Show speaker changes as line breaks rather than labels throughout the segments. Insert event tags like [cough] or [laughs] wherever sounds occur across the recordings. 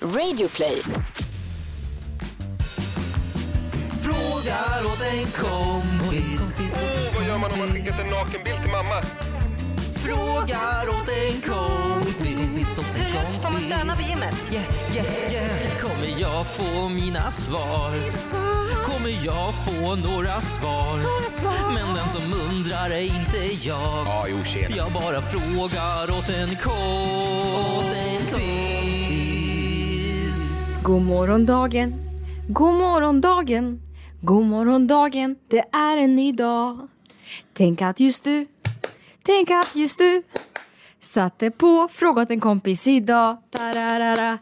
Radioplay.
Frågar åt en kompis.
Vad gör man om man skickat en nakenbild till mamma?
Frågar åt en kompis.
Hur högt får man stöna på gymmet?
Yeah, yeah, yeah. Kommer jag få mina svar? Kommer jag få några svar? Men den som undrar är inte jag.
Ja, jo, tjena.
Jag bara frågar åt en kompis.
God morgon dagen, god morgon dagen, god morgon dagen, det är en ny dag. Tänk att just du, tänk att just du satte på frågat en kompis idag. Tararara.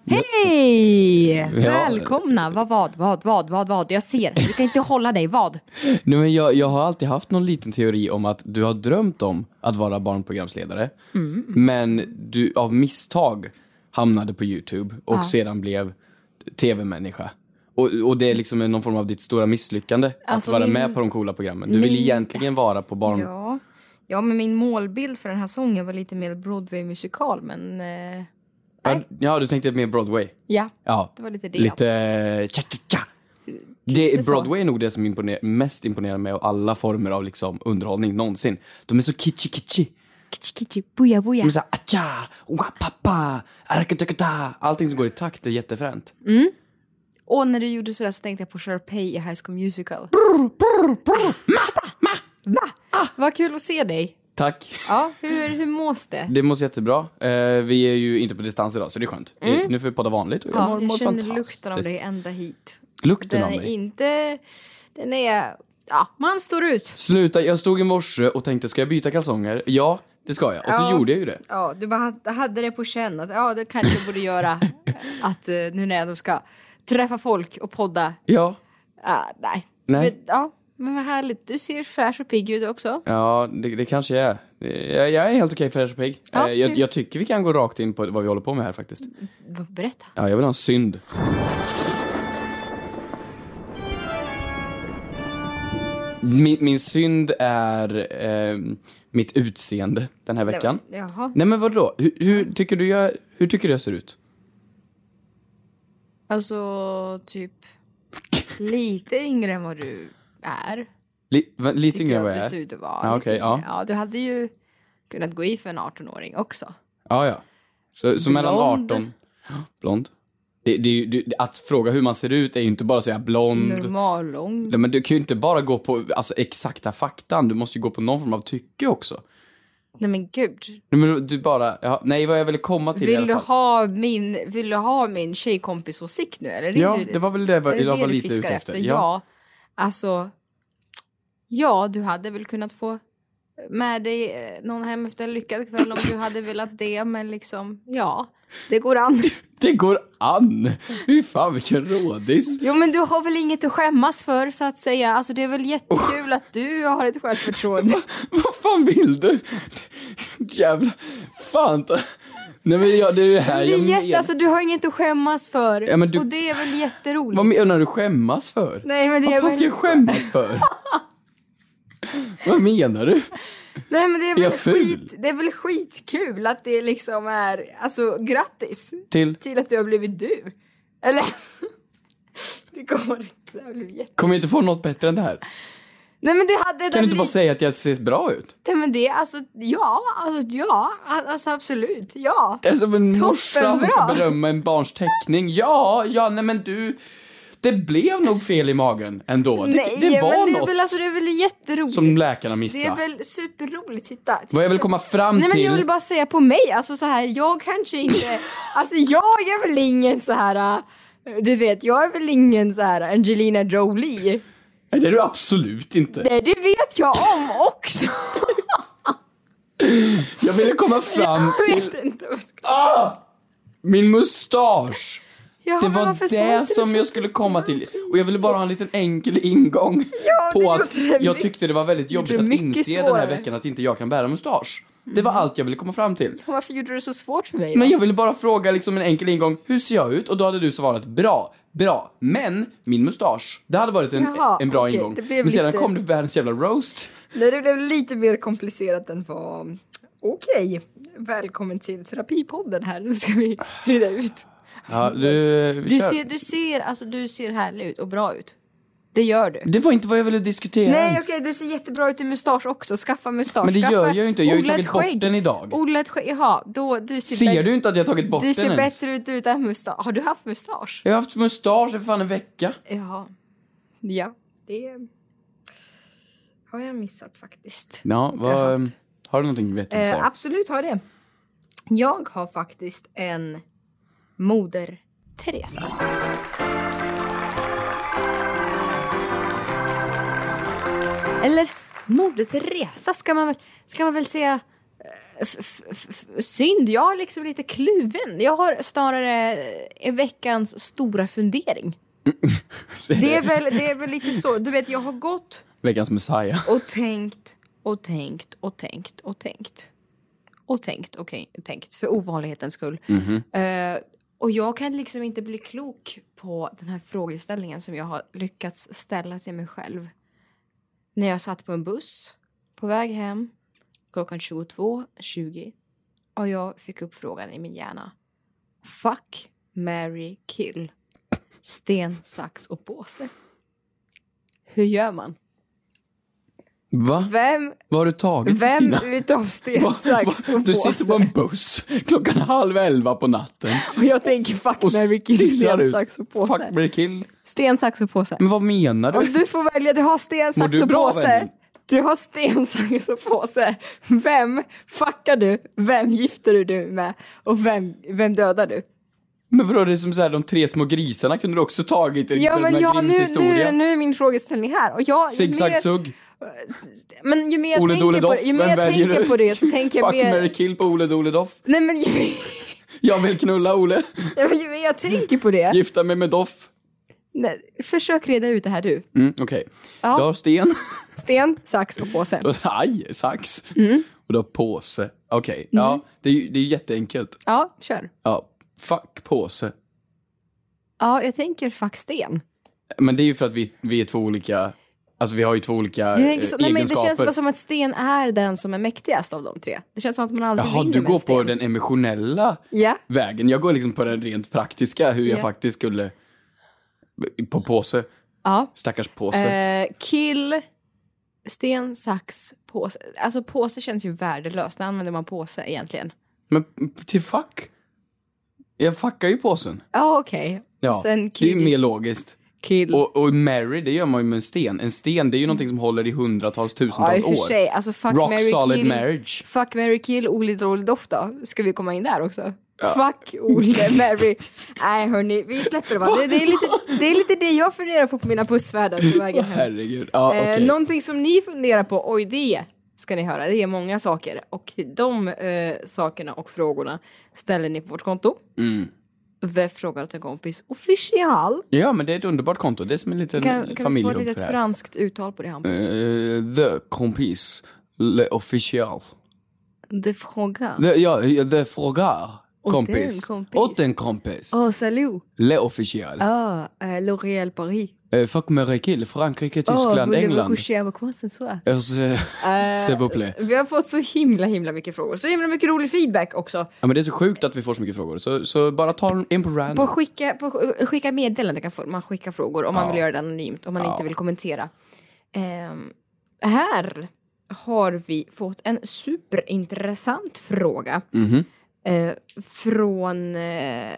Hej! Välkomna! Vad, vad, vad, vad, vad, vad? Jag ser, du kan inte hålla dig, vad?
Nej, men jag, jag har alltid haft någon liten teori om att du har drömt om att vara barnprogramsledare. Men du av misstag hamnade på YouTube och sedan blev tv-människa. Och, och det är liksom någon form av ditt stora misslyckande
Alltså,
att vara
min-
med på de coola programmen. Du vill
min-
egentligen vara på barn...
Ja. ja, men min målbild för den här sången var lite mer Broadway-musikal, men eh,
Ja, ja, du tänkte mer Broadway.
ja.
Ja,
Det var lite det.
Lite eh, cha-cha-cha. Det,
så.
Broadway är nog det som imponer, mest imponerar mig av alla former av liksom underhållning någonsin. De är så kitschy-kitschy.
Kitsch, kitsch, buja, buja.
De är såhär acha, wapapa, arakatakata. Allting som går i takt är jättefränt.
Mm. Och när du gjorde sådär så tänkte jag på Sharpay i High School Musical. Ma! Ah, vad kul att se dig.
Tack.
Ja, hur, hur mås det?
Det mår så jättebra. Eh, vi är ju inte på distans idag så det är skönt. Vi- Nu får vi podda vanligt och jag
Mm. Ja,
mår,
jag
mår
känner
fantastiskt.
lukten av dig ända hit.
Lukten
Den
av
är
mig.
inte... Den är... Ja, man står ut.
Sluta, jag stod i morse och tänkte ska jag byta kalsonger? Ja, det ska jag. Och så
Ja.
gjorde jag ju det.
Ja, du bara hade det på känn att ja, det kanske jag borde [laughs] göra. Att eh, nu när jag då ska träffa folk och podda.
Ja.
Ah, nej.
Nej.
Men, ja, men vad härligt. Du ser fräsch och pigg ut också.
Ja, det, det kanske jag är. Jag, jag är helt okej fräsch och pigg.
Ja,
Eh, jag,
kul.
jag tycker vi kan gå rakt in på vad vi håller på med här faktiskt.
Berätta.
Ja, jag vill ha en synd. Min, min synd är eh, mitt utseende den här veckan.
Jaha.
Nej men vadå? Hur, hur, tycker du jag, hur tycker du jag ser ut?
Alltså, typ lite yngre än vad du är.
Li, va- lite
Tycker
yngre än
jag
vad
att
jag
du
är?
ser ut att vara.
Ja,
lite
okej, ja.
yngre. ja, du hade ju kunnat gå i för en 18-åring också.
Ja, ja. Så, så mellan
Blond.
18... Ja, Blond. Det, det, är ju- det, att fråga hur man ser ut är ju inte bara att säga blond.
Normallång.
Nej, men du kan ju inte bara gå på alltså, exakta faktan, du måste ju gå på någon form av tycke också.
Nej men gud.
Nej, men du bara, ja, nej vad jag ville komma till i
Vill
alla
du,
fall.
ha min, vill du ha min tjejkompis åsikt nu eller?
Ja,
Vill du-
det var väl det
är
jag, jag var
du
lite ute
fiskar
efter.
Ja. Alltså. Ja, du hade väl kunnat få med dig eh, någon hem efter en lyckad kväll om du hade velat det. Men liksom, ja. Det går an.
Det går an! Fy fan vilken rådis!
Jo men du har väl inget att skämmas för så att säga. Alltså det är väl jättekul att du har ett självförtroende.
Vad fan vill du? Jävla... Fan! ta- [laughs] Nej men jag, det är det här
Det är
jag
jätte,
menar.
alltså du har inget att skämmas för.
Ja, men du-
Och det är väl jätteroligt.
Vad menar du skämmas för?
Nej men det är
Vad fan ska
väl,
jag skämmas för? Vad menar du?
nej, men det är
jag
väl
ful?
skit, det är väl skitkul att det liksom är, alltså grattis
Till?
till att du har blivit du. Eller? [laughs] Det går inte, det har blivit jätte...
Kommer jag inte få något bättre än det här?
Nej men det hade... Det
Kan
hade
du inte bara
blivit...
säga att jag ser bra ut?
Nej men det, alltså ja, alltså ja, alltså absolut, ja.
Det är som en morsa som ska
Toppenbra.
berömma en barns teckning. Ja, ja, nej men du. Det blev nog fel i magen ändå. Det,
Nej, men
det var
det är
något
väl, alltså, det är väl jätteroligt.
som läkarna
det är
missade.
väl superroligt, titta.
Vad jag vill komma fram
Nej men
till.
jag vill bara säga på mig, alltså så här, jag kanske [laughs] inte, alltså jag är väl ingen så här, äh, du vet, jag är väl ingen så här Angelina Jolie.
Nej, det är du absolut inte.
Nej det vet jag om också.
Jag ville komma fram
Jag
till
vet inte vad jag ska-
ah, min mustasch.
Ja,
Det
men
var
varför sa
det
inte du
som
för-
jag skulle komma till. Och jag ville bara ha en liten enkel ingång
det
på
gjorde
att
det mycket-
jag tyckte det var väldigt jobbigt
det
att
mycket
inse den här
svårare. Mm.
veckan att inte jag kan bära mustasch. Det var allt jag ville komma fram till.
Varför gjorde du det så svårt för mig?
Men jag ville bara fråga liksom en enkel ingång, hur ser jag ut? Och då hade du svarat bra, bra, men min mustasch. Det hade varit en,
Jaha,
en bra
okej,
ingång.
det
Men
blev
sedan
lite-
kom det världens jävla roast.
Nej det blev lite mer komplicerat än vad, okej, välkommen till terapipodden här, nu ska vi reda ut
Ja, du, vi
Du
kör.
ser, du, ser, alltså, du ser härlig ut och bra ut. Det gör du.
Det var inte vad jag ville diskutera
Nej
ens.
okej, du ser jättebra ut i mustasch också. Skaffa mustasch.
Men det
Skaffa,
gör jag ju inte. Jag har ju
odla
tagit
ett
bort
skägg.
den idag.
Odla ett skägg. Jaha, då, du ser,
Ser
bättre-
du inte att jag har tagit bort
du
den
ser
ens?
bättre ut utan mustasch. Har du haft mustasch?
Jag har haft mustasch i för fan en vecka.
Jaha. Ja, det har jag missat faktiskt.
Ja,
har jag
vad,
haft.
har du någonting vettigt att
Eh,
säga?
absolut har det. Jag har faktiskt en moder Teresa. Eller moder Teresa ska man väl, ska man väl säga. eh, f- f- f- Synd, jag är liksom lite kluven. Jag har snarare eh, veckans stora fundering. Det är, väl, det är väl lite så. Du vet, jag har gått
[laughs] Veckans Messiah.
och tänkt och tänkt och tänkt och tänkt. Och tänkt och okay, tänkt för ovanlighetens skull. Eh, och jag kan liksom inte bli klok på den här frågeställningen som jag har lyckats ställa till mig själv. När jag satt på en buss på väg hem klockan 22.20 och jag fick upp frågan i min hjärna. Fuck, marry, kill. Sten, sax och påse. Hur gör man?
Va?
Vem
Vad har du tagit
Vem
Stina?
utav sten,
[laughs] Va-
sax
[laughs] va-
och
Du sitter på
påse?
en buss klockan halv elva på natten
Och jag tänker fuck
och
Mary kill,
stirrar
sten,
ut.
sax och påse.
Fuck, marry, kill.
Sten, sax och påse.
Men vad menar du?
Om du får välja, du har sten,
Mår
sax
du
och
bra,
påse.
vännen?
Du har sten, sax och påse. Vem fuckar du? Vem gifter du dig med? Och vem, vem dödar du?
Men vadå, det är som så här, de tre små grisarna kunde du också tagit.
Ja men ja, nu, nu, är, det-
nu.
nu är min frågeställning här. Och jag, ju mer-
Zigzag-sugg.
Men ju mer jag
Ole
tänker,
Dole
på,
Doff.
det- ju mer
Vem
jag
väljer
tänker
du?
på
[laughs]
det så tänker jag
Fuck,
mer...
marry, kill på Ole Dole Doff.
Nej men ju,
Jag vill knulla Ole.
[laughs] ja, men [laughs] ju mer jag tänker på det.
Gifta mig med Doff.
Nej, försök reda ut det här du.
Mm, Okej.
Ja.
Du har sten. [laughs]
Sten, sax och påse.
Du har- Aj, sax.
Mm.
Och du har påse. Okej, ja. Det är ju det är ju jätteenkelt.
Ja, kör.
Ja, fuck påse.
Ja, jag tänker fuck sten.
Men det är ju för att vi, vi är två olika, alltså vi har ju två olika
Du tänker så,
eh,
nej, men det
egenskaper.
känns bara som att sten är den som är mäktigast av de tre. Det känns som att man alltid
Jaha,
vinner
du
med
går
sten.
på den emotionella
Ja.
vägen. Jag går liksom på den rent praktiska, hur jag
Ja.
faktiskt skulle... På påse.
Ja.
Stackars påse.
Eh, kill, sten, sax, påse. Alltså påse känns ju värdelöst. När använder man påse egentligen?
Men till fuck? Jag fuckar ju påsen.
Ja, okej.
Ja,
Och sen
det är
kill.
ju mer logiskt.
kill.
Och, och Mary, det gör man ju med en sten. En sten, det är ju någonting som håller i hundratals, tusentals
ja, i och för
år.
sig. Alltså fuck,
Rock
marry,
solid
kill.
marriage.
Fuck, Mary kill, Ole Dole Doff då? Ska vi komma in där också? Fuck
[laughs]
Ole, Mary. Nej hörni, vi släpper det bara. Det, det, är lite, det är lite det jag funderar på på mina bussfärder på vägen hem.
Herregud. Ja, okej.
Eh, någonting som ni funderar på, oj det ska ni höra, det är många saker. Och de eh, sakerna och frågorna ställer ni på vårt konto.
Mm.
The frågar åt en kompis official.
Ja, men det är ett underbart konto. Det är som en liten
Kan, kan vi få ett
familjehubb för
litet
det här.
franskt uttal på det Hampus?
Eh, the kompis. Le official.
The frågar.
The, ja, the frågar.
Åt en
Kompis.
kompis.
Åt en kompis.
Oh salut!
Le official.
Ah, eh, L'Oréal Paris.
Eh, fuck, Mary, kill. Frankrike,
oh,
Tyskland,
voulez-vous
England.
coucher avec moi ce soir?
Eh, se- Se vous plaît.
Vi har fått så himla himla mycket frågor, så himla mycket rolig feedback också.
Ja, men det är så sjukt att vi får så mycket frågor. Så, så bara ta en på
På
random.
skicka, på, eh, skicka meddelanden kan få- man skicka frågor om man
Ja.
vill göra det anonymt, om man
Ja.
inte vill kommentera. Ehm, här har vi fått en superintressant fråga
Mhm.
eh, från eh,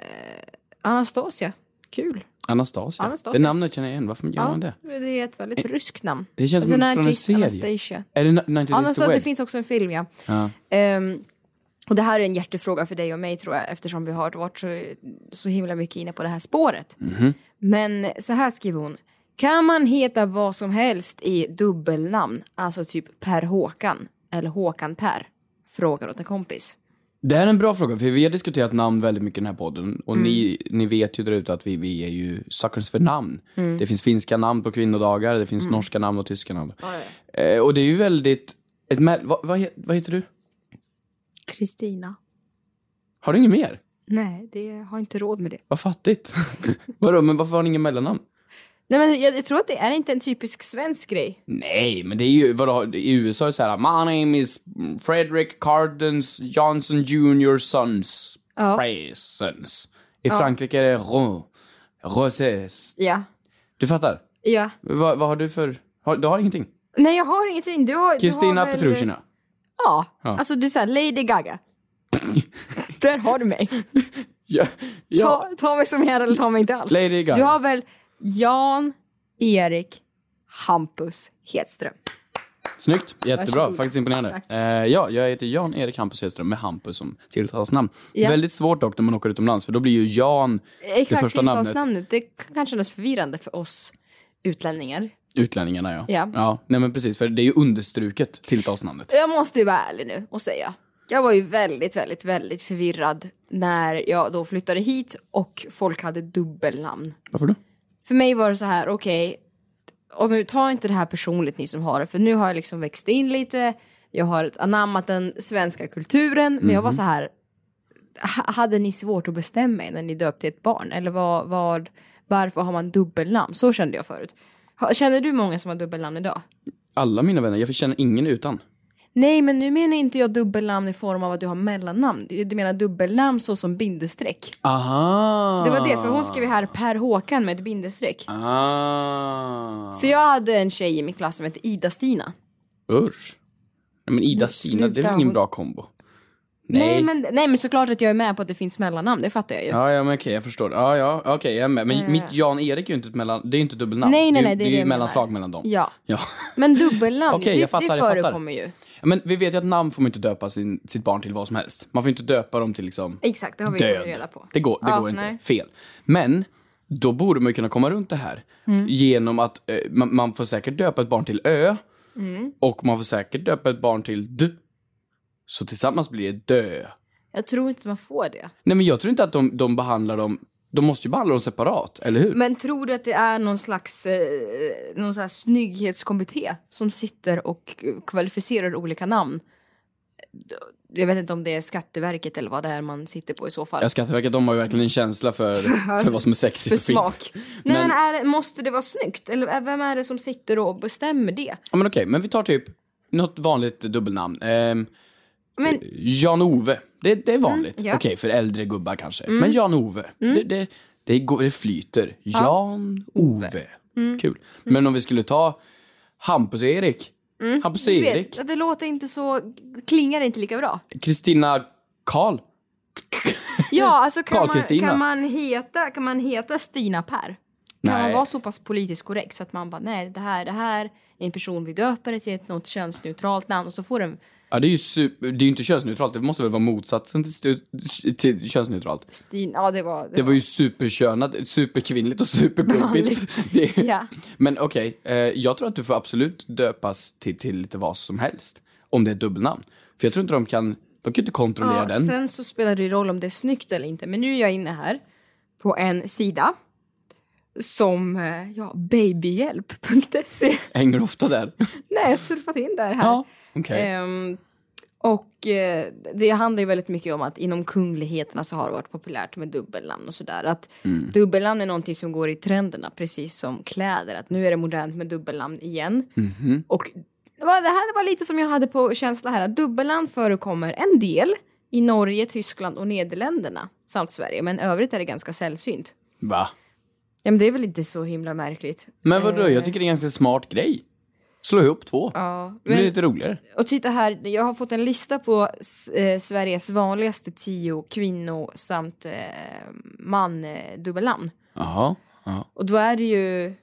Anastasia. Kul.
Anastasia.
Anastasia.
Det namnet känner jag igen. Varför gör man det?
det är ett väldigt ryskt namn.
Det känns
Alltså,
som från en
Nigel
serie.
Anastasia.
Är det 90 Days
Anastasia,
Away?
det finns också en film ja.
Ja.
Ehm, och det här är en hjärtefråga för dig och mig tror jag eftersom vi har varit så, så himla mycket inne på det här spåret.
Mhm.
Men så här skriver hon. Kan man heta vad som helst i dubbelnamn? Alltså typ Per Håkan eller Håkan Per? Frågar åt en kompis.
Det här är en bra fråga, för vi har diskuterat namn väldigt mycket i den här podden. Och ni,
Mm.
ni vet ju där ute att vi, vi är ju suckers för namn. Det finns finska namn på kvinnodagar, det
Mm.
finns norska namn och tyska namn. Eh, och det är ju väldigt... Ett mä- vad, vad, he- vad heter du?
Kristina.
Har du inget mer?
Nej, det jag har inte råd med det.
Vad fattigt. [laughs] Vadå, men varför har ni inget mellannamn?
Nej men jag, jag tror att det är inte en typisk svensk grej.
Nej, men det är ju, vadå, i USA är det så här, My name is Frederick Cardens Johnson Jr. Sons.
Ja.
Presons. I Frankrike är det ro, rosés.
Ja.
Du fattar?
ja.
Vad, vad har du för... Har, du har ingenting?
Nej, jag har ingenting. Du har, du
Kristina
har väl-
Petrushina.
Ja.
Ja.
Alltså du säger Lady [coughs] Gaga. Där har du mig.
Ja.
Ta, ta mig som jag är eller ta mig inte alls.
Lady Gaga.
Du har väl Jan, Erik, Hampus Hedström.
Snyggt, jättebra,
Varsågod.
faktiskt imponerande.
Tack.
Eh, ja, jag heter Jan-Erik Hampus Hedström med Hampus som tilltalsnamn.
Ja.
Väldigt svårt dock när man åker utomlands för då blir ju Jan det
Exakt,
första namnet.
tilltalsnamnet. Det kan kännas förvirrande för oss utlänningar.
Utlänningarna ja.
Ja.
Nej men precis, för det är ju understruket tilltalsnamnet.
Jag måste ju vara ärlig nu och säga. Jag var ju väldigt, väldigt, väldigt förvirrad när jag då flyttade hit och folk hade dubbelnamn.
Varför då?
För mig var det så här, okej, och nu ta inte det här personligt ni som har det, för nu har jag liksom växt in lite, jag har anammat den svenska kulturen, men jag var så här, ha- hade ni svårt att bestämma er när ni döpte ett barn? Eller vad, vad, varför har man dubbelnamn? Så kände jag förut. Ha- Känner du många som har dubbelnamn idag?
Alla mina vänner, jag känner ingen utan.
Nej, men nu menar inte jag dubbelnamn i form av att du har mellannamn. Du menar dubbelnamn såsom bindestreck.
Aha!
Det var det, för hon skrev ju här Per Håkan med ett bindestreck.
Ah!
För jag hade en tjej i min klass som hette Ida-Stina.
Usch. Nej men Ida-Stina, det är
sluta,
väl ingen
hon-
bra kombo?
Nej. men, nej men såklart att jag är med på att det finns mellannamn, det fattar jag ju.
Ja, ja men okej, jag förstår. Ja, ja, okej, jag är med. Men
Eh.
mitt Jan-Erik är ju inte ett mellan... Det är ju inte ett dubbelnamn.
Nej, nej, nej, det
Det är
är
ju, det är
det
ju
jag
mellanslag
menar.
mellan dem.
Ja.
Ja. [laughs]
Men dubbelnamn,
Okej,
det,
jag fattar,
det
jag fattar.
förekommer ju.
Men vi vet ju att namn får man inte döpa sin, sitt barn till vad som helst. Man får inte döpa dem till liksom
Exakt, det har vi
död.
kommit reda på.
Det går, det
Ja,
går inte.
nej.
Fel. Men då borde man ju kunna komma runt det här.
Mm.
Genom att eh, man, man får säkert döpa ett barn till Ö. Och man får säkert döpa ett barn till D. Så tillsammans blir det Dö.
Jag tror inte man får det.
Nej men jag tror inte att de, de behandlar dem... De måste ju behandla dem separat, eller hur?
Men tror du att det är någon slags eh, någon sån här snygghetskommitté som sitter och kvalificerar olika namn? Jag vet inte om det är Skatteverket eller vad det är man sitter på i så fall.
Jag Skatteverket, de har ju verkligen en
[laughs]
känsla för, för vad som är sexigt
För
och fint.
smak. Nej
Men-
men, är, det- måste det vara snyggt? Eller är- vem är det som sitter och bestämmer det?
Ja men okej, men vi tar typ något vanligt dubbelnamn. Ehm,
Men Mm,
Jan-Ove. Det, det är vanligt.
ja. Mm.
Okej, för äldre gubbar kanske. Men Jan-Ove. Det, det, det, går, det flyter. Jan-Ove.
Mm.
Kul. Men om vi skulle ta Hampus-Erik.
Mm, du vet,
Hampus-Erik.
att det låter inte så, klingar inte lika
[laughs]
bra.
Kristina Karl.
Ja, alltså kan man,
Karl-Kristina.
kan, man heta, kan man heta Stina Per? Kan
Nej.
man vara så pass politiskt korrekt så att man bara nej det här, det här är en person vi döper till ett något könsneutralt namn och så får den
Ja, det är ju super, det är ju inte könsneutralt. Det måste väl vara motsatsen till, stu- till könsneutralt.
Stina, ja det var...
Det var ju superkönat, superkvinnligt och supergubbigt. [laughs] Det-
Ja.
Men okej, eh, jag tror att du får absolut döpas till, till lite vad som helst. Om det är ett dubbelnamn. För jag tror inte de kan, de kan inte kontrollera
ja,
den.
sen så spelar det ju roll om det är snyggt eller inte men nu är jag inne här på en sida som, eh, ja, babyhjälp.se.
[laughs] Hänger du ofta där?
[laughs] Nej, jag surfat in där här.
ja, okej.
Ehm, och eh, det handlar ju väldigt mycket om att inom kungligheterna så har det varit populärt med dubbelnamn och sådär. Att
Mm.
dubbelnamn är någonting som går i trenderna, precis som kläder. Att nu är det modernt med dubbelnamn igen.
Mhm.
Och det, var, det här var lite som jag hade på känsla här. Att dubbelnamn förekommer en del i Norge, Tyskland och Nederländerna samt Sverige. Men övrigt är det ganska sällsynt.
Va?
Ja, men det är väl inte så himla märkligt.
Men vadå, jag tycker det är en ganska smart grej. Slå ihop två.
Eh. Ja,
Det blir
men-
lite roligare.
Och titta här, jag har fått en lista på s- eh, Sveriges vanligaste tio kvinno samt eh, man eh, dubbelnamn.
Jaha.
Mm.
ja.
Och då är det ju,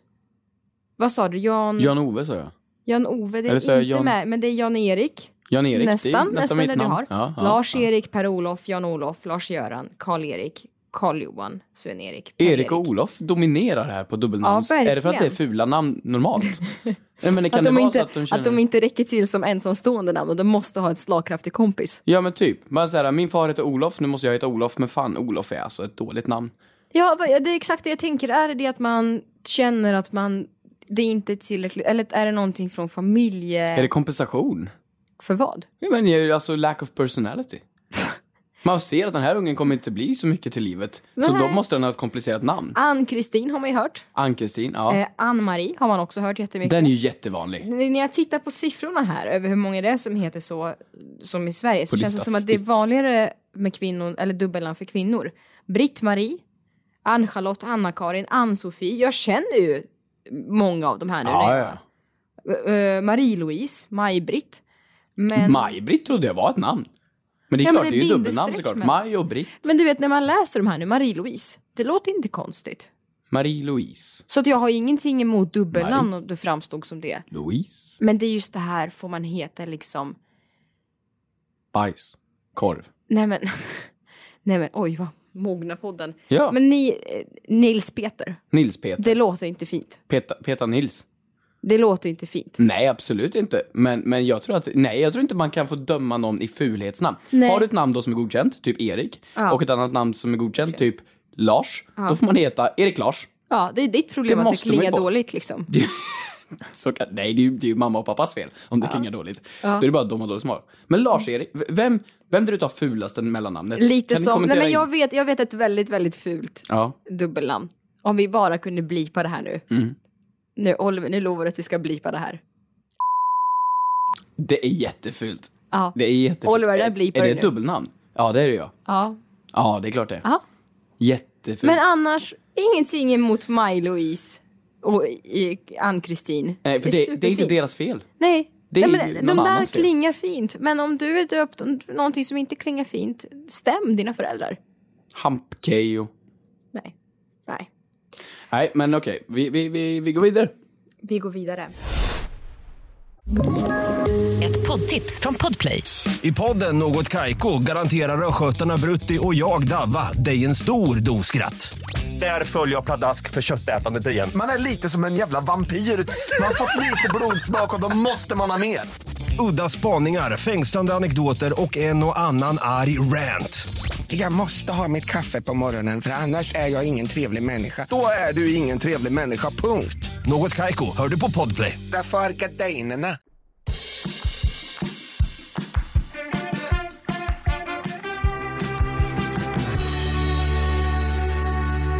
vad sa du, Jan, Jan,
Jan-Ove sa jag.
Ove, det
Eller
är
så är
inte
Jan-
med, men det är Jan-Erik.
Jan-Erik, det är
Nästan,
ju
nästan
mitt
det du
namn.
har.
Ja, ja, ja.
Lars-Erik, Per-Olof, Jan-Olof, Lars-Göran, Karl-Erik, Karl-Johan, Sven-Erik, Per-Erik.
Erik och Olof dominerar här på dubbelnamns...
Ja,
är det för att det är
verkligen.
fula namn
[laughs]
normalt? Nej, men det kan
Att
det
de,
vara
inte,
så att de känner...
att de inte räcker till som ensamstående namn och de måste ha ett slagkraftig kompis.
Ja men typ, man säger min far heter Olof, nu måste jag heta Olof, men fan Olof är alltså ett dåligt namn.
Ja, vad- det är exakt det jag tänker. Är det det att man känner att man det är inte är tillräckligt, eller är det någonting från familje...
Är det kompensation?
För vad?
Ja men det är ju alltså lack of
[laughs]
personality. Man ser att den här ungen kommer inte bli så mycket till livet. Så
Nej.
då måste den ha ett komplicerat namn.
Ann-Kristin har man ju hört.
Ann-Kristin, ja.
Eh, Ann-Marie har man också hört jättemycket.
Den är ju jättevanlig.
N- När jag tittar på siffrorna här över hur många det är som heter så som i Sverige
På
så
din
känns det som att det är
statistik.
vanligare med kvinnor, eller dubbelnamn för kvinnor. Britt-Marie, Ann-Charlotte, Anna-Karin, Ann-Sofie. Jag känner ju många av de här nu.
Ja,
när
ja.
jag- Eh, Marie-Louise, Maj-Britt. Men,
Maj-Britt trodde jag var ett namn. Men det är
Ja, men det
klart, det
är
är ju dubbelnamn
bindestreck
såklart.
med.
Maj och Britt.
men du vet när man läser de här nu, Marie-Louise. Det låter inte konstigt.
Marie-Louise.
Så att jag har ingenting emot dubbelnamn om det framstod som det.
Louise.
Men det är just det här, får man heta liksom...
Bajs. Korv.
Nej men... [laughs] Nej men oj vad mogna podden.
Ja,
Men ni, eh, Nils Peter.
Nils Peter.
Det låter inte fint.
Peta, Peta Nils.
Det låter inte fint.
Nej, absolut inte. Men, men jag tror att, nej, jag tror inte man kan få döma någon i fulhetsnamn.
Nej.
Har du ett namn då som är godkänt, typ Erik, och ett annat namn som är godkänt, typ Lars, då får man heta Erik Lars.
Ja, det är ditt problem
Det
att det
måste man ju
klingar
få.
dåligt liksom.
Så kan, nej, det är, ju, det är ju mamma och pappas fel om det klingar dåligt. Då är det bara de och dåligt som har. Men Lars-Erik, v- vem, vem drar ut av fulaste mellannamnet?
Lite
Kan ni
som, nej
kommentera
men
in?
jag vet, jag vet ett väldigt, väldigt fult
Ja,
dubbelnamn. Om vi bara kunde blipa det här nu.
Mm.
Nu Oliver, nu lovar du att vi ska blipa det här.
det är jättefult.
Ja.
Det är jättefult.
Oliver, där
Är-
blipar
Är
du
det ett
nu.
dubbelnamn? Ja, det är det ja.
Ja.
Ja, det är klart det.
Ja.
Jättefult.
Men annars, ingenting emot Maj-Louise och i- Ann-Kristin.
nej, för det, det är inte
superfint.
deras fel.
Nej.
Det är
Nej,
ju
men de
någon
där
annans fel.
klingar fint. Men om du är döpt om någonting som inte klingar fint, stäm dina föräldrar.
Hamp-Keyyo.
Nej. Nej.
Nej, men okej. Vi, vi, vi, vi går vidare.
Vi går vidare.
Ett poddtips från Podplay.
I podden Något Kaiko garanterar östgötarna Brutti och jag, Davva, dig en stor dos skratt. Där följer jag pladask för köttätandet igen.
Man är lite som en jävla vampyr. Man har fått lite blodsmak och då måste man ha mer.
Udda spaningar, fängslande anekdoter och en och annan arg rant.
Jag måste ha mitt kaffe på morgonen för annars är jag ingen trevlig människa.
Då är du ingen trevlig människa, punkt.
Något Kaiko, hör du på Podplay.
Därför är gardinerna.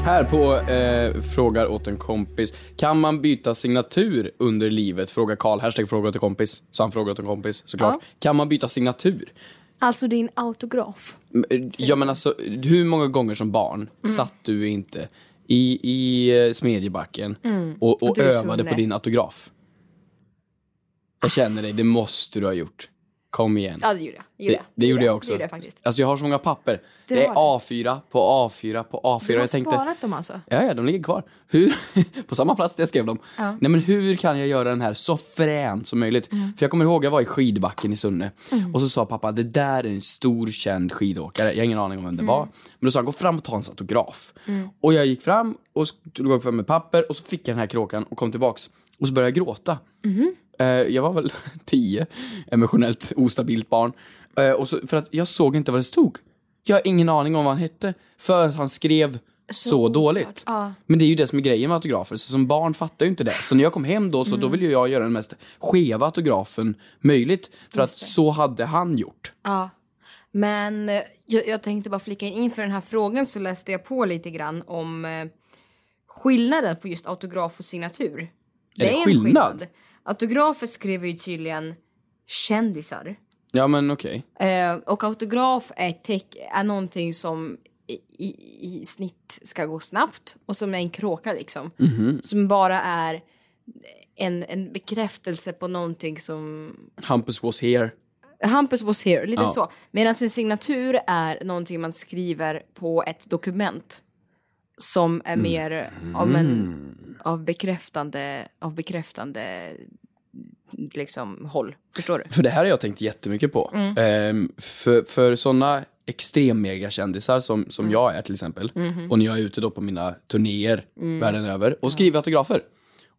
Här på eh, Frågar åt en kompis. Kan man byta signatur under livet? Frågar Karl. Hashtag fråga åt en kompis. Så han frågar åt en kompis såklart. Kan man byta signatur?
Alltså din autograf.
Eh, Ja men alltså, hur många gånger som barn
Mm.
satt du inte i, i eh, Smedjebacken och, och
Mm. du är så
övade på
hungrig.
din autograf? Jag känner dig, det måste du ha gjort. Kom igen.
Ja, det gjorde jag.
Det, det gjorde jag också.
Det gjorde jag faktiskt.
Alltså jag har så många papper. Det,
har
är
du.
A4 på A4 på A4.
Du har
jag tänkte,
sparat dem alltså?
Ja, ja, de ligger kvar. Hur, [laughs] på samma plats där jag skrev dem. Nej, men hur kan jag göra den här så frän som möjligt?
Mm.
För jag kommer ihåg, jag var i skidbacken i Sunne. Och så sa pappa, det där är en stor känd skidåkare. Jag har ingen aning om vem det
Mm.
var. Men då sa han, gå fram och ta hans autograf. Och jag gick fram och tog fram med papper och så fick jag den här kråkan och kom tillbaks. Och så började jag gråta.
Mm-hmm.
Eh, jag var väl [laughs] 10, emotionellt ostabilt barn. Eh, och så, för att jag såg inte vad det stod. Jag har ingen aning om vad han hette, för att han skrev så, dåligt. Men det är ju det som är grejen med autografer, så som barn fattar ju inte det. Så när jag kom hem då, så då ville ju jag göra den mest skeva autografen möjligt. För att så hade han gjort.
Men eh, jag, jag tänkte bara flika in inför den här frågan så läste jag på lite grann om eh, skillnaden på just autograf och signatur. Är
det skillnad?
Autografer skriver ju tydligen kändisar.
Ja men okej.
Eh, och autograf är, teck, är någonting som i, i, i snitt ska gå snabbt och som är en kråka liksom.
Mhm.
Som bara är en, en bekräftelse på någonting som
Hampus was here.
Hampus was here, lite
Ja.
så. Medan en signatur är någonting man skriver på ett dokument. Som är
Mm.
mer av, en, av bekräftande, av bekräftande liksom håll. Förstår du?
För det här har jag tänkt jättemycket på.
Mm.
Ehm, för för sådana extrem megakändisar som, som
Mm.
jag är till exempel,
Mhm.
och när jag är ute då på mina turnéer
Mm.
världen över och skriver autografer,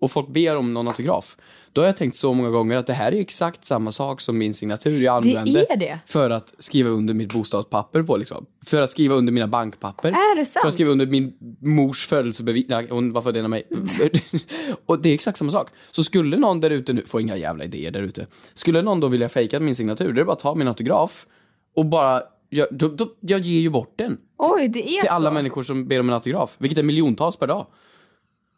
och folk ber om någon autograf, då har jag tänkt så många gånger att det här är ju exakt samma sak som min signatur jag
Det
använde
är det.
för att skriva under mitt bostadspapper på liksom. För att skriva under mina bankpapper.
Är det
För
sant?
att skriva under min mors födelsebevis. Nej, hon var född innan mig.
[laughs]
och det är exakt samma sak. Så skulle någon där ute nu, får inga jävla idéer där ute. Skulle någon då vilja fejka min signatur, då är det bara att ta min autograf och bara, jag, då, då, jag ger ju bort den.
Oj, det är
Till
så.
alla människor som ber om en autograf, vilket är miljontals per dag.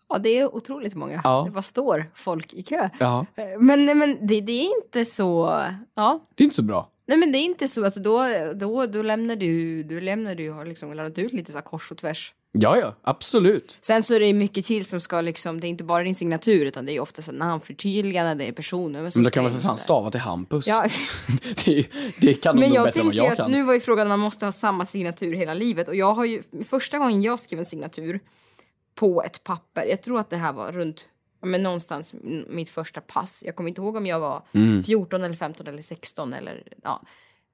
Ja, det är otroligt många.
Ja.
Det bara står folk i kö.
Ja.
Men, nej, men det, det är inte så... Ja.
Det är inte så bra.
Nej men det är inte så att då, då, då lämnar du, du lämnar du har liksom lämnat ut lite så här kors och tvärs.
Ja, ja, absolut.
Sen så är det ju mycket till som ska liksom, det är inte bara din signatur utan det är ju ofta så namnförtydligande, det är personnummer som
Men då
ska
kan man
in
för
och
fan
sådär.
stava till Hampus.
Ja.
[laughs]
[laughs]
det, är- det kan de
Men
nog
jag
bättre än vad
tänker ju
jag
att
kan.
nu var ju frågan om man måste ha samma signatur hela livet och jag har ju första gången jag skrev en signatur på ett papper. Jag tror att det här var runt ja, men någonstans m- mitt första pass. Jag kommer inte ihåg om jag var
Mm.
14 eller 15 eller 16 eller ja.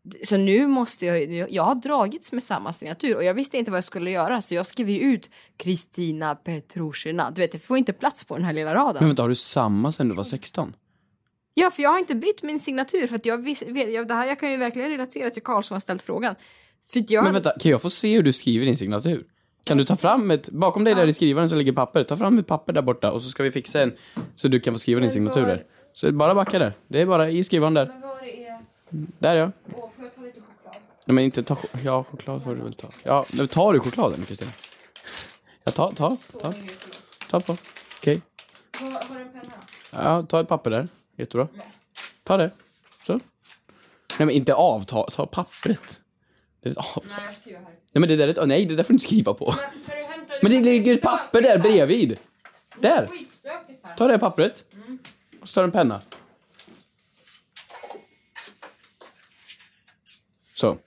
D- Så nu måste jag ju- jag har dragits med samma signatur och jag visste inte vad jag skulle göra så jag skrev ju ut Kristina Petrushina. Du vet det får inte plats på den här lilla raden.
Men vänta, har du samma sen du var 16?
Ja, för jag har inte bytt min signatur för att jag vis- vet, jag, det här, jag kan ju verkligen relatera till Karl som har ställt frågan. För att jag,
Men vänta, kan jag få se hur du skriver din signatur? Kan du ta fram ett, bakom dig där i skrivaren så ligger papper, ta fram ett papper där borta och så ska vi fixa en så du kan få skriva din signatur där. Så det är bara backa där, det är bara i skrivaren där. Där ja. Nej men inte ta, ch- ja choklad får du väl ta. Ja, nu tar du chokladen Kristina? Ja, ta, ta, ta. Ta på. Okej. Ja, ta ett papper där. Jättebra. Ta det. Så. Nej men inte av, ta, ta pappret. Det är ett avtal. Nej, men det där är ett, nej, det där får du inte skriva på. Men det ligger ett papper där bredvid. Där. Ta det pappret. Och så tar du en penna. Så.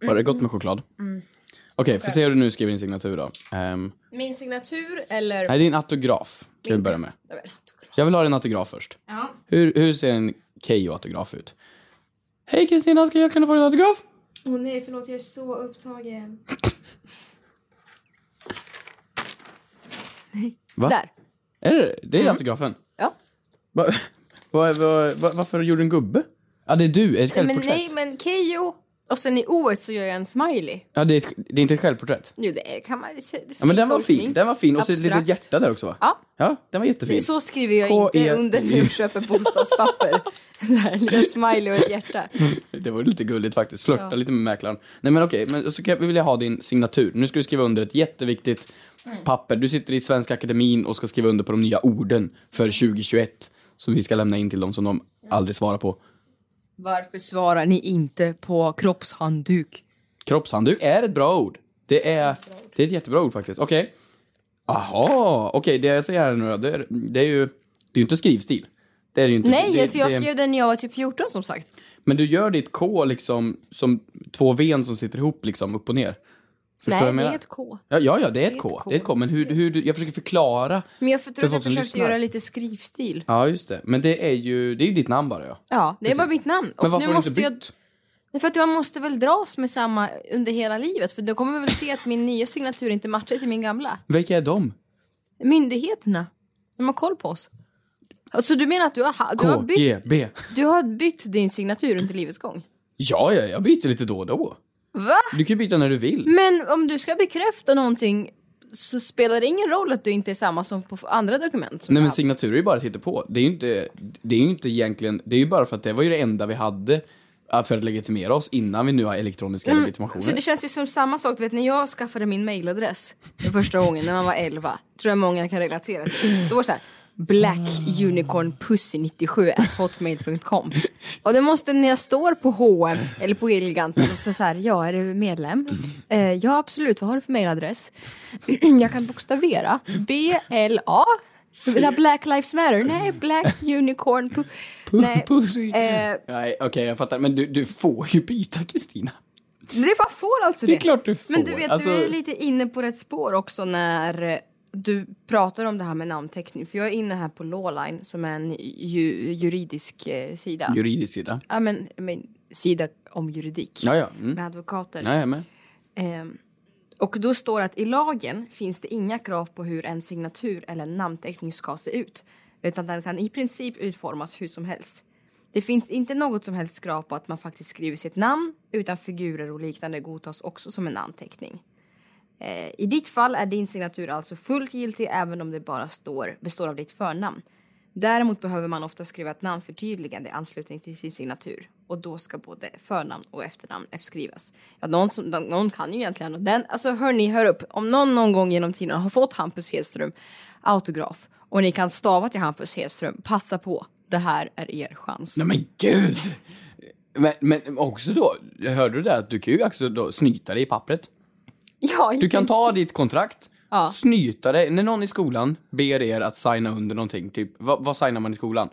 Var det gott med choklad? Okej, får se hur du nu skriver din signatur då. Ehm,
Min signatur eller?
nej, det är en autograf. Kan vi börja med.
Nej, men, autograf.
Jag vill ha en autograf först.
Ja.
Hur, hur ser en Keyyo-autograf ut? Hej Kristina, skulle jag kunna få din autograf?
Åh nej, förlåt jag är så upptagen.
Va?
Där.
Är det det? är autografen?
Ja.
Va, [laughs] va, va, va, varför gjorde du en gubbe? Ja, det är du. Ett
Men
självporträtt.
nej, men Keyyo. Och sen i O så gör jag en smiley.
Ja, det är, ett, det är inte ett självporträtt.
Nu det är, kan man se, det är
Ja, men den var
tolkning.
fin. Den var fin. Och så ett litet
Abstrakt.
hjärta E där också va?
Ja.
Ja, den var jättefin.
Så skriver jag
K-E-
inte under när jag köper bostadspapper. [laughs] så här, en liten smiley och ett hjärta.
Det var ju lite gulligt faktiskt. Flörta lite med mäklaren. Nej men okej, men så kan- vill jag ha din signatur. Nu ska du skriva under ett jätteviktigt
Mm.
papper. Du sitter i Svenska Akademin och ska skriva under på de nya orden för 2021. Som vi ska lämna in till dem som de aldrig svarar på.
Varför svarar ni inte på kroppshandduk?
Kroppshandduk är ett bra ord. Det är, det är ett jättebra ord faktiskt. Okej. Aha, okej det jag säger här nu då, det är, det är ju, det är ju inte skrivstil. Det är det ju inte.
Nej,
det,
för jag
det är-
skrev den när jag var typ 14 som sagt.
Men du gör ditt K liksom som två ven som sitter ihop liksom upp och ner. Förstår
Nej,
jag vad jag
det
menar?
är ett K.
Ja, ja, ja det är ett K. Det är ett K. Men hur, hur, du- jag försöker förklara.
Men jag tror
För
att jag
folk som
försökte
lyssnar.
göra lite skrivstil.
Ja, just det. Men det är ju, det är ju ditt namn bara ja.
Ja, det är bara mitt namn.
Men varför
nu
har du
måste
inte
jag...
bytt?
Nej, För att man måste väl dras med samma under hela livet för då kommer man väl se att min nya signatur inte matchar till min gamla.
Vilka är de?
Myndigheterna, de har koll på oss. Så du menar att du har, ha- du har, bytt,
KGB.
du har bytt din signatur under livets gång?
Ja, ja, jag byter lite då och då.
Va?
Du kan ju byta när du vill.
Men om du ska bekräfta någonting så spelar det ingen roll att du inte är samma som på andra dokument? Som
Nej
jag
men
haft.
signaturer är ju bara att på. Det är ju inte, det är ju inte egentligen, det är ju bara för att det var ju det enda vi hade äh, för att legitimera oss innan vi nu har elektroniska
Mm. Så det
legitimationer.
känns ju som samma sak, du vet när jag skaffade min mailadress för första gången när man var 11, tror jag många kan relatera till. Då var det så här blackunicornpussy97hotmail.com och det måste när jag står på H&M eller på Elgiganten och så så här, ja är du medlem? Eh, ja absolut, vad har du för mailadress? [clears throat] jag kan bokstavera BLA Black Lives Matter, nej Black Unicorn pu- nej,
Pussy.
eh,
Nej, okej jag fattar. Men du, du får ju byta Kristina.
Men det är bara får alltså det.
Det är klart du får.
Men du vet,
Alltså-
du är lite inne på rätt spår också när eh, du pratar om det här med namnteckning. För jag är inne här på Lawline som är en ju, juridisk eh, sida.
Juridisk sida.
ja, men, men sida om juridik.
Ja, ja. Mm.
Med advokater.
Nej, men.
Ehm, och då står det att i lagen finns det inga krav på hur en signatur eller en namnteckning ska se ut. Utan den kan i princip utformas hur som helst. Det finns inte något som helst krav på att man faktiskt skriver sitt namn utan figurer och liknande godtas också som en anteckning. Eh, I ditt fall är din signatur alltså fullt giltig även om det bara står, består av ditt förnamn. Däremot behöver man ofta skriva ett namnförtydligande i anslutning till sin signatur. Och då ska både förnamn och efternamn skrivas. Ja, någon, som, någon kan ju egentligen... Den, alltså hörni, hör upp. Om någon någon gång genom tiden har fått Hampus Hedström autograf och ni kan stava till Hampus Hedström, passa på. Det här är er chans.
Nej men gud! Men, men också då, hörde du det att du kan ju också då snyta dig i pappret.
Ja,
Du kan ta ditt kontrakt,
Ja.
snyta dig. När någon i skolan ber er att signa under någonting, typ, vad, vad signar man i skolan?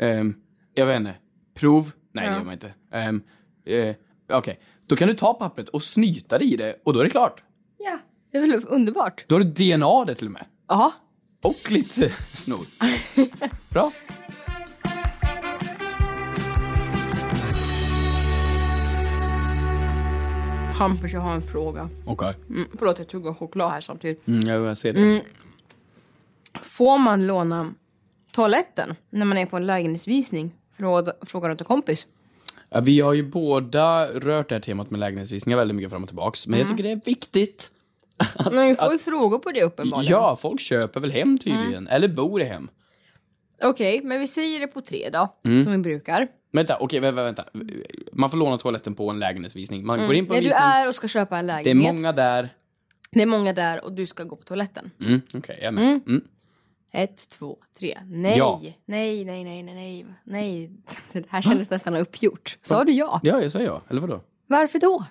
Ehm, jag vet inte. Prov? Nej, det gör man inte. Um, Okej, då kan du ta pappret och snyta dig i det och då är det klart.
Ja, det är väl underbart?
Då har du DNA det till och med.
Ja.
Och lite [laughs] snor. Bra.
Hampus, jag har en fråga.
Okej.
Mm, förlåt, jag tuggar choklad här samtidigt.
Mm, jag ser det.
Får man låna toaletten när man är på en lägenhetsvisning? Fråga- Frågar åt en kompis.
Ja, vi har ju båda rört det här temat med lägenhetsvisningar väldigt mycket fram och tillbaks. Men jag
Mm.
tycker det är viktigt.
Men vi får ju frågor på det uppenbarligen. Mm.
Ja, folk köper väl hem tydligen. Eller bor i hem.
Okej, men vi säger det på tre då,
Mm.
som vi brukar.
Vänta, okej, vänta, vänta. Man får låna toaletten på en lägenhetsvisning. Man
Mm.
går in på en
När du
visning.
är och ska köpa en
Det är
lägenhet.
många där.
det är många där och du ska gå på toaletten.
Mm, okej, jag är med.
Mm.
Mm.
Ett, två, tre. Nej,
Ja.
nej, nej, nej, nej, nej, nej. [laughs] Det här
Mm.
kändes nästan uppgjort. Sa du ja?
Ja, jag sa ja. Eller vadå?
Varför då?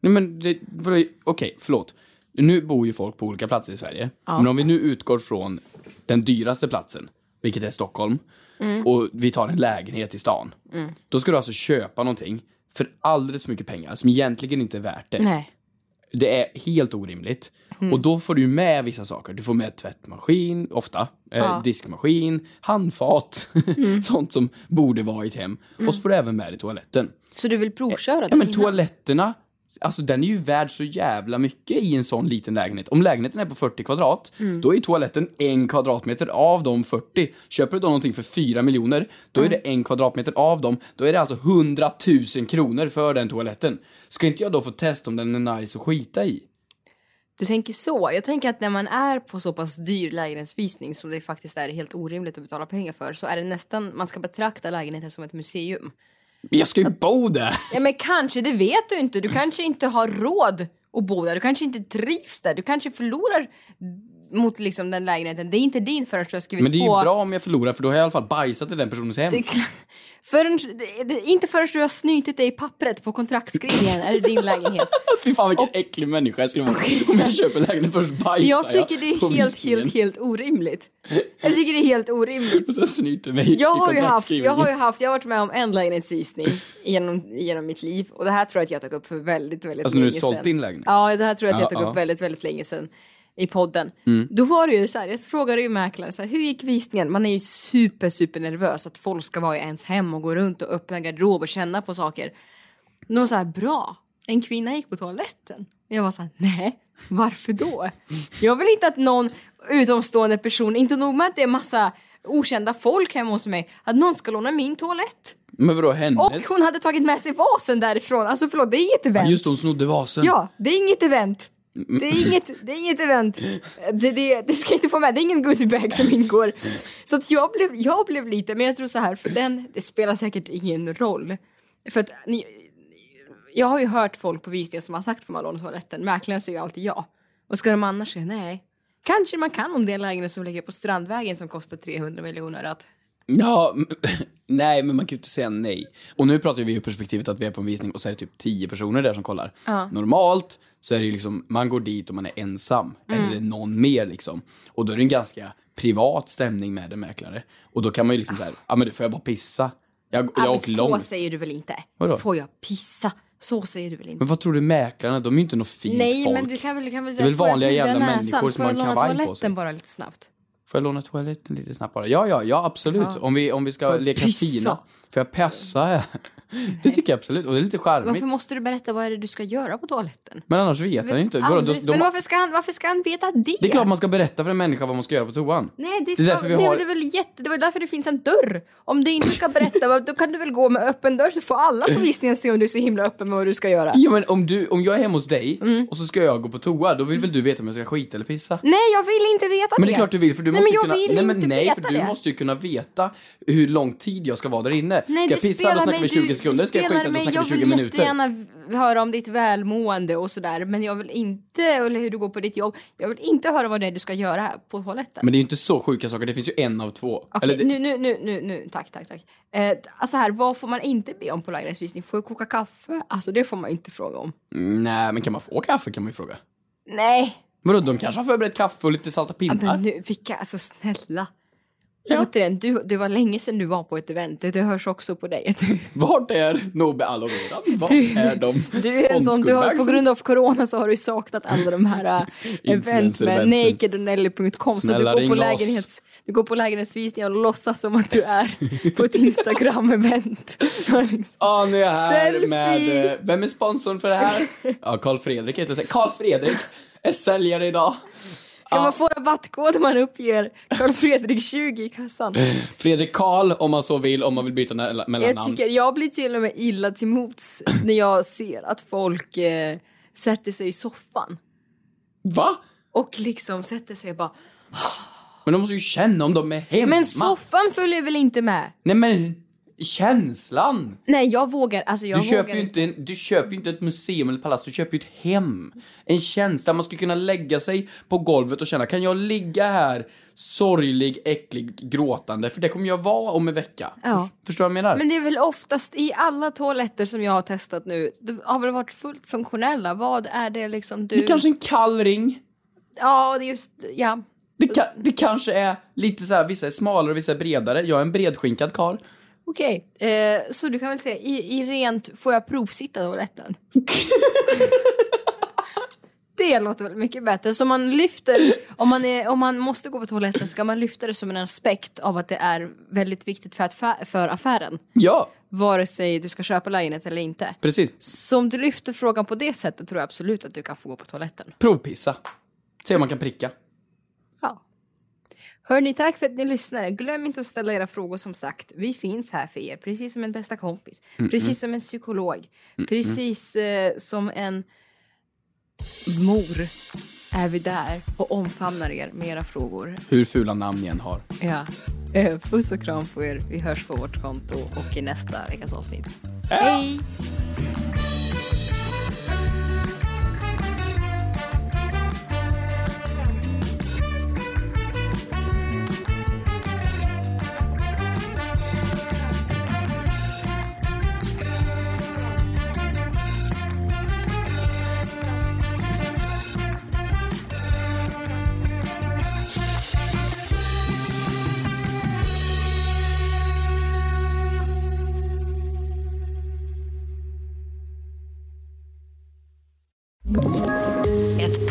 Nej, men det, vadå? okej, förlåt. Nu bor ju folk på olika platser i Sverige.
Ja.
Men om vi nu utgår från den dyraste platsen, vilket är Stockholm,
Mm.
och vi tar en lägenhet i stan.
Mm.
Då ska du alltså köpa någonting för alldeles för mycket pengar som egentligen inte är värt det.
Nej.
Det är helt orimligt.
Mm.
Och då får du ju med vissa saker. Du får med tvättmaskin, ofta, eh,
Ja. Mm.
diskmaskin, handfat, [laughs] sånt som borde vara i ett hem. Och så får du även med dig toaletten.
Så du vill provköra
Ja
den
men
innan?
toaletterna, alltså den är ju värd så jävla mycket i en sån liten lägenhet. Om lägenheten är på 40 kvadrat,
Mm.
då är ju toaletten en kvadratmeter av de 40. Köper du då någonting för 4 miljoner, då är det en kvadratmeter av dem. Då är det alltså 100 000 kronor för den toaletten. Ska inte jag då få testa om den är nice att skita i?
Du tänker så. Jag tänker att när man är på så pass dyr lägenhetsvisning som det faktiskt är helt orimligt att betala pengar för så är det nästan, man ska betrakta lägenheten som ett museum.
Men jag ska ju bo där!
Ja men kanske, det vet du inte. Du kanske inte har råd att bo där. Du kanske inte trivs där. Du kanske förlorar mot liksom den lägenheten. Det är inte din förrän du har skrivit
Men det är ju
på.
bra om jag förlorar för då har jag i alla fall bajsat i den personens hem.
Det är klart. Förrän, det- det- inte förrän du har snytit dig i pappret på kontraktsskrivningen är det din lägenhet.
[laughs] [laughs] Fy fan vilken äcklig människa jag skulle
[laughs]
vara om jag köper lägenhet först bajsar
Jag tycker det
på
är helt,
visningen.
helt, helt orimligt. Jag tycker det är helt orimligt.
Och [laughs] så snyter mig
Jag har,
i
ju haft, jag
kontraktskrivningen.
har ju haft, jag har varit med om en lägenhetsvisning genom, genom mitt liv och det här tror jag att jag tog upp för väldigt, väldigt
Alltså, när
länge
du
sedan.
sålt din lägenhet?
Ja, det här tror jag att jag
Ja,
tog
ja.
upp väldigt, väldigt länge sedan i podden.
Mm.
Då var det ju så här, jag frågade ju mäklaren så här, hur gick visningen? Man är ju super, super nervös att folk ska vara i ens hem och gå runt och öppna garderob och känna på saker. De var så här, bra, en kvinna gick på toaletten. Jag var så här, nej, varför då? Jag vill inte att någon utomstående person, inte nog med att det är massa okända folk hemma hos mig, att någon ska låna min toalett.
Men vadå hennes?
Och hon hade tagit med sig vasen därifrån. Alltså förlåt, det är inget
Ja,
event.
Just det, hon snodde vasen.
Ja, det är inget event.
Mm.
Det är inget, det är inget event. Det, det, du ska inte få med, det är ingen goodiebag som ingår. Så att jag blev, jag blev lite, men jag tror så här, för den, det spelar säkert ingen roll. För att ni, jag har ju hört folk på visningar som har sagt får man låna toaletten, mäklaren säger ju alltid ja. Och ska de annars säga nej? Kanske man kan om det är en lägenhet som ligger på Strandvägen som kostar 300 miljoner att...
Ja, men- [laughs] nej men man kan ju inte säga nej. Och nu pratar vi ju ur perspektivet att vi är på en visning och så är det typ 10 personer där som kollar.
Ja.
Normalt så är det ju liksom, man går dit och man är ensam.
Mm.
Eller någon mer liksom. Och då är det en ganska privat stämning med en mäklare. Och då kan man ju liksom såhär, ja men du får jag bara pissa? Jag,
Ja,
jag
men
åker
så
långt.
säger du väl inte?
Vadå?
Får jag pissa? Så säger du väl inte?
Men vad tror du mäklarna, de är ju inte något fint
Nej,
folk.
men du kan väl, du kan väl
Det är
säga
väl
"Får jag
vanliga
pudra
jävla
näsan?
människor som
Får
har
jag
en
låna
kavaj på sig?"
toaletten bara lite snabbt?
Får jag låna toaletten lite snabbt bara? Ja, ja, ja absolut.
Ja.
Om, vi, om vi ska
Får jag
leka
pissa?
fina. Får jag pissa? här? [laughs] Det tycker jag absolut. Och det är lite charmigt.
Varför måste du berätta vad är det du ska göra på toaletten?
Men annars vet han ju inte. Vadå,
Alldeles,
de,
men
de,
varför ska, han, varför ska han veta det?
det är klart man ska berätta för en människa vad man ska göra på toan.
Nej,
Det är
det, ska,
därför vi
nej,
har-
men det är väl jätte... Det var därför det finns en dörr. Om du inte ska berätta, vad- då kan du väl gå med öppen dörr så får alla på visningen se om du är så himla öppen med vad du ska göra.
Jo men om, du, om jag är hemma hos dig och så ska jag gå på toa, då vill väl du veta om jag ska skita eller pissa?
Mm. Nej, jag vill inte veta det.
Men det är klart du vill för du
nej,
måste
men jag
ju kunna,
vill
nej, men
inte
nej,
veta
för du
det.
måste ju kunna veta hur lång tid jag ska vara där inne.
Nej,
ska
det
jag pissa
spelar
då snackar
mig-
vi
du-
20
det
sekunder, ska jag
spelar
skita då
mig-
snackar vi
jag
20
vill
minuter.
jättegärna höra om ditt välmående och sådär men jag vill inte, eller hur du går på ditt jobb, jag vill inte höra vad det är du ska göra här på toaletten.
Men det är ju inte så sjuka saker, det finns ju en av två.
Okej,
det,
nu, nu, nu, nu, nu, tack, tack, tack. Eh, alltså här, vad får man inte be om på lägenhetsvisning? Får jag koka kaffe? Alltså det får man inte fråga om.
Nej, men kan man få kaffe kan man ju fråga.
Nej!
Vadå, de kanske har förberett kaffe och lite salta
Ja,
pinnar?
men nu, vilka, alltså snälla. Återigen, du, det var länge sedan du var på ett event, det hörs också på dig. Du,
Vart är Nobe Alogora? Vart
Du-
är de
du är en sån, du har, på
sponsgullar?
grund av corona så har du saknat alla de här
[laughs]
äh, event med
Influencer-eventen.
nakedonelly.com så du går,
Snälla,
på
ring oss.
lägenhets, du går på lägenhetsvisningar och låtsas som att du är på ett
[laughs]
Instagram-event. liksom.
Ja, nu är jag här
Selfie!
med... eh, Vem är sponsorn för det
[laughs]
här? Ja, Karl Fredrik heter det. Karl Fredrik är säljare idag.
Kan man få rabattkod om man uppger Karl Fredrik 20 i kassan?
Fredrik Karl om man så vill, om man vill byta nä- mellannamn.
Jag tycker jag blir till och med illa till mots när jag ser att folk eh, sätter sig i soffan
Va?
och liksom sätter sig och bara
Men de måste ju känna om de är hemma.
Men soffan följer väl inte med?
Nej men, känslan!
Nej jag vågar, alltså jag
Du köper,
vågar
ju inte en, du köper ju inte ett museum eller palats, du köper ju ett hem. En känsla, man skulle kunna lägga sig på golvet och känna, kan jag ligga här sorglig, äcklig, gråtande? För det kommer jag vara om en vecka.
Ja.
Förstår du vad jag menar?
Men det är väl oftast i alla toaletter som jag har testat nu, det har väl varit fullt funktionella. Vad är det liksom du...
Det är kanske en kall ring.
Ja, det är just, ja.
Det, ka, det kanske är lite så här, vissa är smalare och vissa är bredare. Jag är en bredskinkad karl.
Okej, eh, så du kan väl säga i, i rent får jag provsitta toaletten? [laughs] det låter väl mycket bättre. Så man lyfter, om man, är, om man måste gå på toaletten ska man lyfta det som en aspekt av att det är väldigt viktigt för, affär, för affären.
Ja,
Vare sig du ska köpa lägenhet eller inte.
precis.
Så om du lyfter frågan på det sättet tror jag absolut att du kan få gå på toaletten.
Provpissa. Se om man kan pricka.
Ja. Hörni, tack för att ni lyssnade. Glöm inte att ställa era frågor som sagt. Vi finns här för er, precis som en bästa kompis, precis som en psykolog, precis eh, som en mor är vi där och omfamnar er med era frågor.
Hur fula namn ni än har.
Ja. Eh, Puss och kram på er. Vi hörs på vårt konto och i nästa veckas avsnitt. Hej!
Ett